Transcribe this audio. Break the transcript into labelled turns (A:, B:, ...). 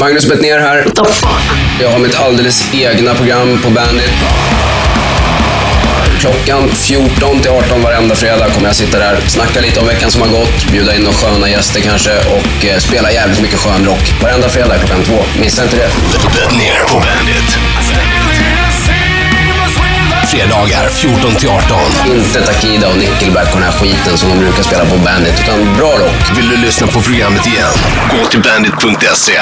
A: Magnus ner här.
B: The fuck?
A: Jag har mitt alldeles egna program på Bandit. Klockan 14 till 18 varenda fredag kommer jag sitta där, snacka lite om veckan som har gått, bjuda in några sköna gäster kanske och eh, spela jävligt mycket skön rock. Varenda fredag klockan två. Missa inte det.
C: Ner på Bandit. Fredagar 14 till 18.
A: Inte Takida och Nickelback och den här skiten som de brukar spela på Bandit, utan bra rock.
C: Vill du lyssna på programmet igen? Gå till bandit.se.